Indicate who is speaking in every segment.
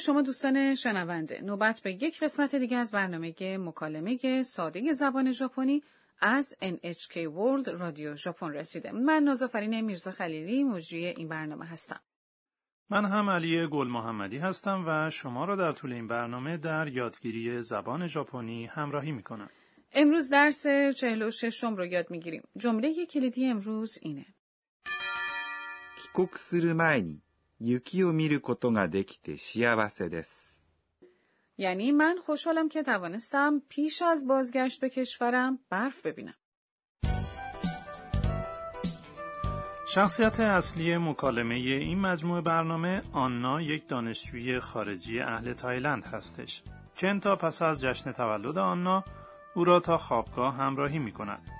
Speaker 1: شما دوستان شنونده نوبت به یک قسمت دیگه از برنامه مکالمه ساده زبان ژاپنی از NHK World رادیو ژاپن رسیده من نازافرین میرزا خلیلی مجری این برنامه هستم
Speaker 2: من هم علی گل محمدی هستم و شما را در طول این برنامه در یادگیری زبان ژاپنی همراهی می کنم.
Speaker 1: امروز درس 46 رو یاد میگیریم. جمله کلیدی امروز اینه.
Speaker 3: 帰国する前に雪を見ることができて幸せです。
Speaker 1: یعنی من خوشحالم که توانستم پیش از بازگشت به کشورم برف ببینم.
Speaker 2: شخصیت اصلی مکالمه این مجموعه برنامه آنا یک دانشجوی خارجی اهل تایلند هستش. کنتا پس از جشن تولد آنا او را تا خوابگاه همراهی می کند.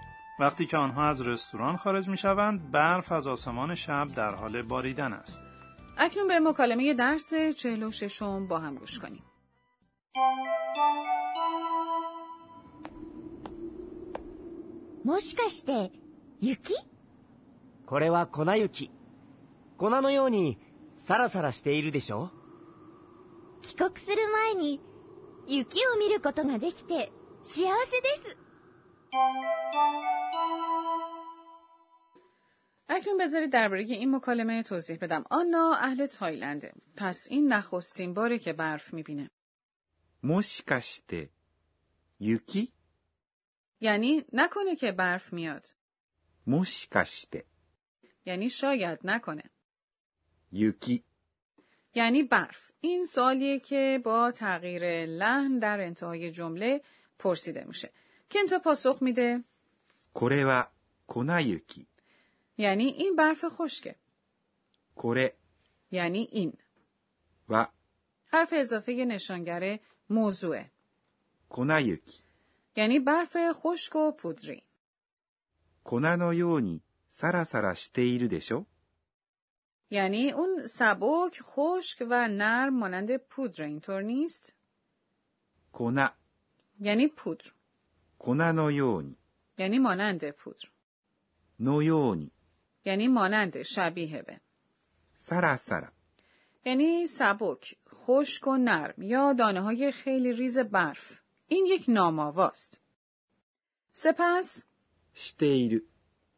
Speaker 2: وقتی که آنها از رستوران خارج می شوند برف از آسمان شب در حال باریدن است.
Speaker 1: اکنون به مکالمه درس 46 با هم گوش کنیم.
Speaker 4: もしかして雪
Speaker 5: これは粉雪粉のようにサラサラしているでしょ
Speaker 4: 帰国する前に雪を見ることができて幸せです
Speaker 1: اکنون بذارید درباره این مکالمه توضیح بدم. آنا اهل تایلنده. پس این نخستین باره که برف میبینه.
Speaker 3: もしかして、雪
Speaker 1: یعنی نکنه که برف میاد.
Speaker 3: もしかして、
Speaker 1: یعنی شاید نکنه.
Speaker 3: 雪
Speaker 1: یعنی برف. این سوالیه که با تغییر لحن در انتهای جمله پرسیده میشه. کنتا پاسخ میده
Speaker 3: これは粉雪。
Speaker 1: یعنی این برف خشکه.
Speaker 3: これ
Speaker 1: یعنی این.
Speaker 3: は
Speaker 1: حرف اضافه نشانگر موضوعه.
Speaker 3: 粉雪。
Speaker 1: یعنی برف خشک و پودری.
Speaker 3: 粉のようにサラサラしているでしょ
Speaker 1: یعنی اون سبک، خشک و نرم مانند پودر اینطور نیست؟
Speaker 3: 粉、
Speaker 1: یعنی پودر.
Speaker 3: 粉のように、
Speaker 1: یعنی مانند پودر.
Speaker 3: のように、
Speaker 1: یعنی مانند شبیه به.
Speaker 3: サラサラ、
Speaker 1: یعنی سبک، خشک و نرم یا دانه های خیلی ریز برف. این یک نامآواست. سپس
Speaker 3: している、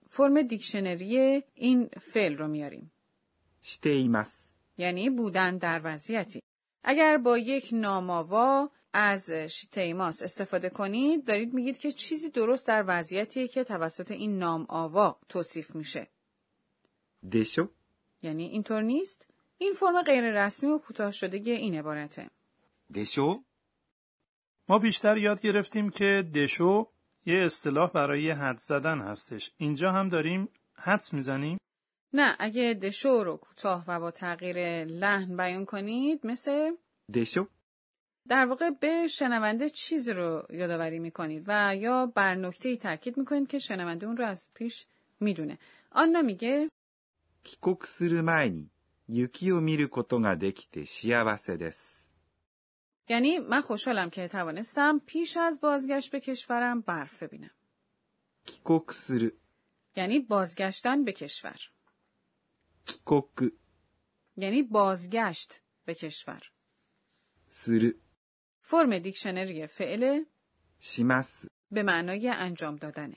Speaker 1: فرم دیکشنری این فعل رو میاریم.
Speaker 3: しています。
Speaker 1: یعنی بودن در وضعیتی. اگر با یک ناماوا از شیتیماس استفاده کنید دارید میگید که چیزی درست در وضعیتی که توسط این نام آوا توصیف میشه.
Speaker 3: でしょ
Speaker 1: یعنی اینطور نیست؟ این فرم غیر رسمی و کوتاه شده این عبارته.
Speaker 3: でしょ
Speaker 2: ما بیشتر یاد گرفتیم که دشو یه اصطلاح برای حد زدن هستش. اینجا هم داریم حدس میزنیم
Speaker 1: نه اگه دشو رو کوتاه و با تغییر لحن بیان کنید مثل
Speaker 3: でしょ
Speaker 1: در واقع به شنونده چیزی رو یادآوری میکنید و یا بر نکته ای تاکید میکنید که شنونده اون رو از پیش میدونه آنا میگه
Speaker 3: 帰国する前に雪を見ることができて幸せです。
Speaker 1: یعنی من خوشحالم که توانستم پیش از بازگشت به کشورم برف ببینم
Speaker 3: 帰国する、
Speaker 1: یعنی بازگشتن به کشور
Speaker 3: 帰国
Speaker 1: یعنی بازگشت به کشور
Speaker 3: する、
Speaker 1: فرم دیکشنری فعل
Speaker 3: します。
Speaker 1: به معنای انجام دادنه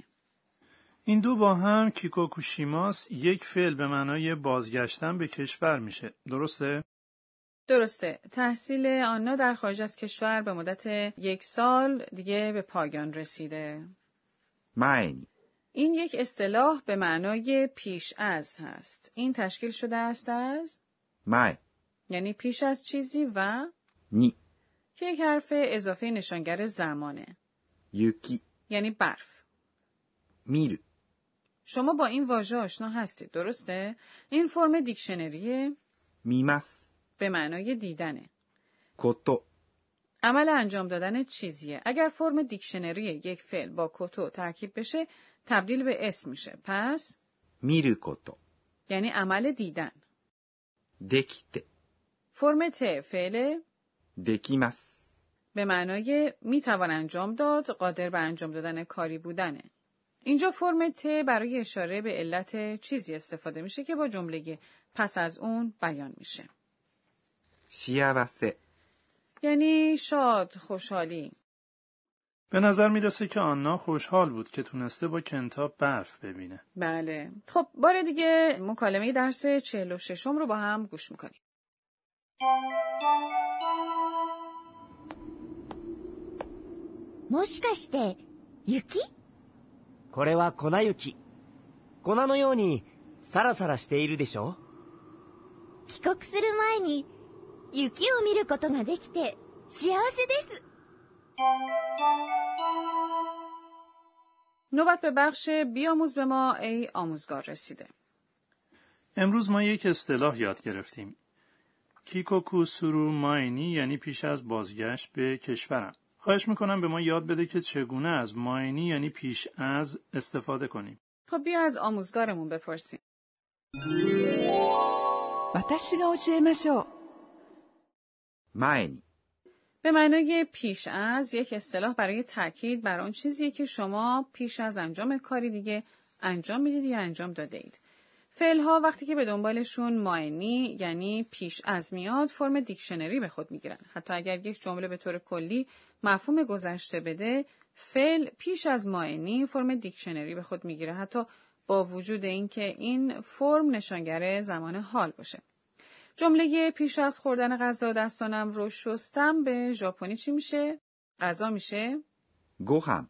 Speaker 2: این دو با هم کیکوکوشیماس یک فعل به معنای بازگشتن به کشور میشه درسته
Speaker 1: درسته تحصیل آنا در خارج از کشور به مدت یک سال دیگه به پایان رسیده
Speaker 3: 前に、
Speaker 1: این یک اصطلاح به معنای پیش از هست این تشکیل شده است از
Speaker 3: 前
Speaker 1: یعنی پیش از چیزی و
Speaker 3: に、
Speaker 1: که یک حرف اضافه نشانگر زمانه
Speaker 3: 雪、
Speaker 1: یعنی برف
Speaker 3: 見る、
Speaker 1: شما با این واژه آشنا هستید درسته این فرم دیکشنری
Speaker 3: 見ます、
Speaker 1: به معنای دیدنه
Speaker 3: こと、
Speaker 1: عمل انجام دادن چیزیه اگر فرم دیکشنری یک فعل با کتو ترکیب بشه تبدیل به اسم میشه پس
Speaker 3: 見ること、
Speaker 1: یعنی عمل دیدن
Speaker 3: できて、
Speaker 1: فرم ت فعل
Speaker 3: できます、
Speaker 1: به معنای میتوان انجام داد قادر به انجام دادن کاری بودنه اینجا فرم ت برای اشاره به علت چیزی استفاده میشه که با جمله پس از اون بیان میشه
Speaker 3: 幸せ、
Speaker 1: یعنی شاد خوشحالی
Speaker 2: به نظر میرسه که آنا خوشحال بود که تونسته با کنتا برف ببینه.
Speaker 1: بله خب بار دیگه مکالمه درس 46 رو با هم گوش میکنیم
Speaker 4: もしかして雪
Speaker 5: これは粉雪粉のようにサラサラしているでしょ
Speaker 4: 帰国する前に雪を見ることができて幸せです。
Speaker 1: نوبت به بخش بیاموز به ما ای آموزگار رسیده
Speaker 2: امروز ما یک اصطلاح یاد گرفتیم. کیکوکو سرو ماینی یعنی پیش از بازگشت به کشورم. خواهش میکنم به ما یاد بده که چگونه از ماینی یعنی پیش از استفاده کنیم.
Speaker 1: خب بیا از آموزگارمون بپرسیم
Speaker 6: 私が教えましょう
Speaker 3: 前に、
Speaker 1: به معنای پیش از یک اصطلاح برای تاکید بر آن چیزی که شما پیش از انجام کاری دیگه انجام میدید یا انجام داده اید. فعل ها وقتی که به دنبالشون معنی یعنی پیش از میاد فرم دیکشنری به خود میگیرن. حتی اگر یک جمله به طور کلی مفهوم گذشته بده، فعل پیش از معنی فرم دیکشنری به خود میگیره. حتی با وجود اینکه این فرم نشانگر زمان حال باشه. جمله پیش از خوردن غذا دستانم رو شستم به ژاپنی چی میشه؟ غذا میشه؟
Speaker 3: ご飯、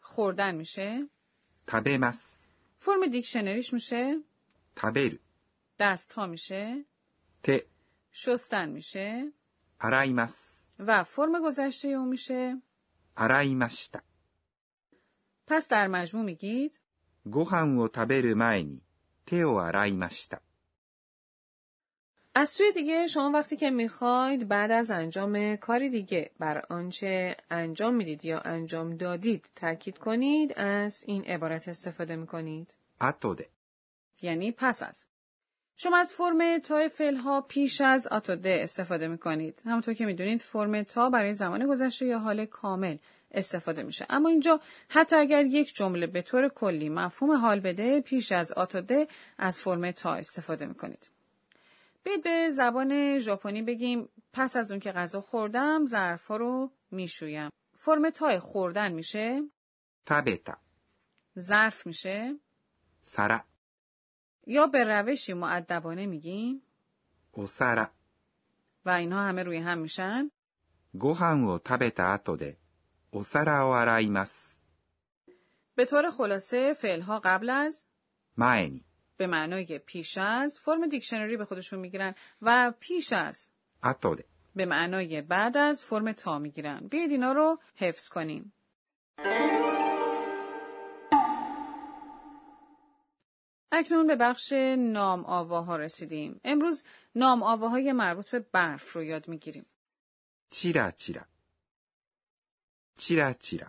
Speaker 1: خوردن میشه؟
Speaker 3: 食べます。
Speaker 1: فرم دیکشنریش میشه؟
Speaker 3: 食べる。
Speaker 1: دست ها میشه؟
Speaker 3: 手、
Speaker 1: شستن میشه؟
Speaker 3: 洗います。
Speaker 1: و فرم گذشته اون میشه؟
Speaker 3: 洗いました。
Speaker 1: پس در مجموع میگید
Speaker 3: ご飯を食べる前に手を洗いました。
Speaker 1: از سوی دیگه شما وقتی که میخواید بعد از انجام کاری دیگه بر آنچه انجام میدید یا انجام دادید تاکید کنید از این عبارت استفاده میکنید.
Speaker 3: 後で、
Speaker 1: یعنی پس از. شما از فرم تا فعل ها پیش از آتوده استفاده می کنید. همونطور که میدونید فرم تا برای زمان گذشته یا حال کامل استفاده میشه. اما اینجا حتی اگر یک جمله به طور کلی مفهوم حال بده پیش از آتوده از فرم تا استفاده می کنید. بیاید به زبان ژاپنی بگیم پس از اون که غذا خوردم ظرفها رو میشویم. فرم تا خوردن میشه،
Speaker 3: 食べた、
Speaker 1: ظرف میشه
Speaker 3: 皿、
Speaker 1: یا به روشی معدبانه میگیم
Speaker 3: お皿。
Speaker 1: و اینها همه روی هم میشن
Speaker 3: ご飯を食べた後で、お皿を洗います。
Speaker 1: به طور خلاصه فعلها قبل از
Speaker 3: 前に、
Speaker 1: به معنای پیش از فرم دیکشنری به خودشون میگیرن و پیش از
Speaker 3: 後で、
Speaker 1: به معنای بعد از فرم تا میگیرن بیاید اینا رو حفظ کنیم اکنون به بخش نام آواها رسیدیم امروز نام آواهای مربوط به برف رو یاد میگیریم
Speaker 3: チラチラ。チラチラ、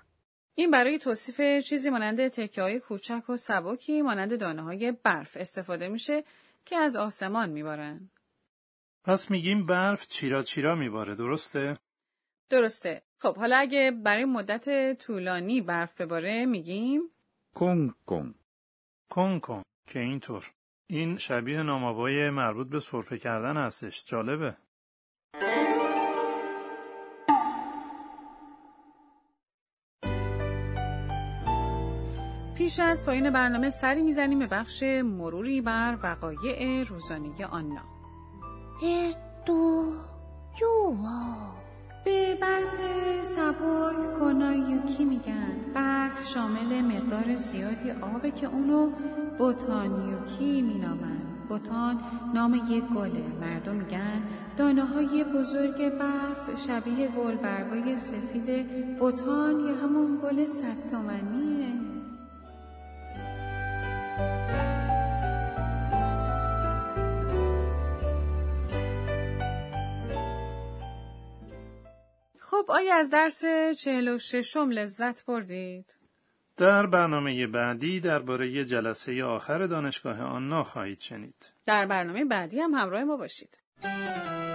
Speaker 1: این برای توصیف چیزی مانند تکه های کوچک و سبکی مانند دانه های برف استفاده میشه که از آسمان میبارن.
Speaker 2: پس میگیم برف چیرا چیرا میباره درسته؟
Speaker 1: درسته. خب حالا اگه برای مدت طولانی برف بباره میگیم
Speaker 3: コンコン、
Speaker 2: کن کن که اینطور. این شبیه نامآوای مربوط به سرفه کردن هستش. جالبه.
Speaker 1: پیش از پایین برنامه سری میزنیم به بخش مروری بر وقایع روزانه آنا.
Speaker 4: えーっと、今日は、
Speaker 1: به برف سبک کنایوکی میگن برف شامل مقدار زیادی آبه که اونو بوتانیوکی مینامن بوتان نام یک گله مردم میگن دانه های بزرگ برف شبیه گل برگای سفید بوتان یا همون گل صد تومنیه خب آیا از درس چهل و ششم لذت بردید؟
Speaker 2: در برنامه بعدی درباره جلسه آخر دانشگاه آنا خواهید شنید.
Speaker 1: در برنامه بعدی هم همراه ما باشید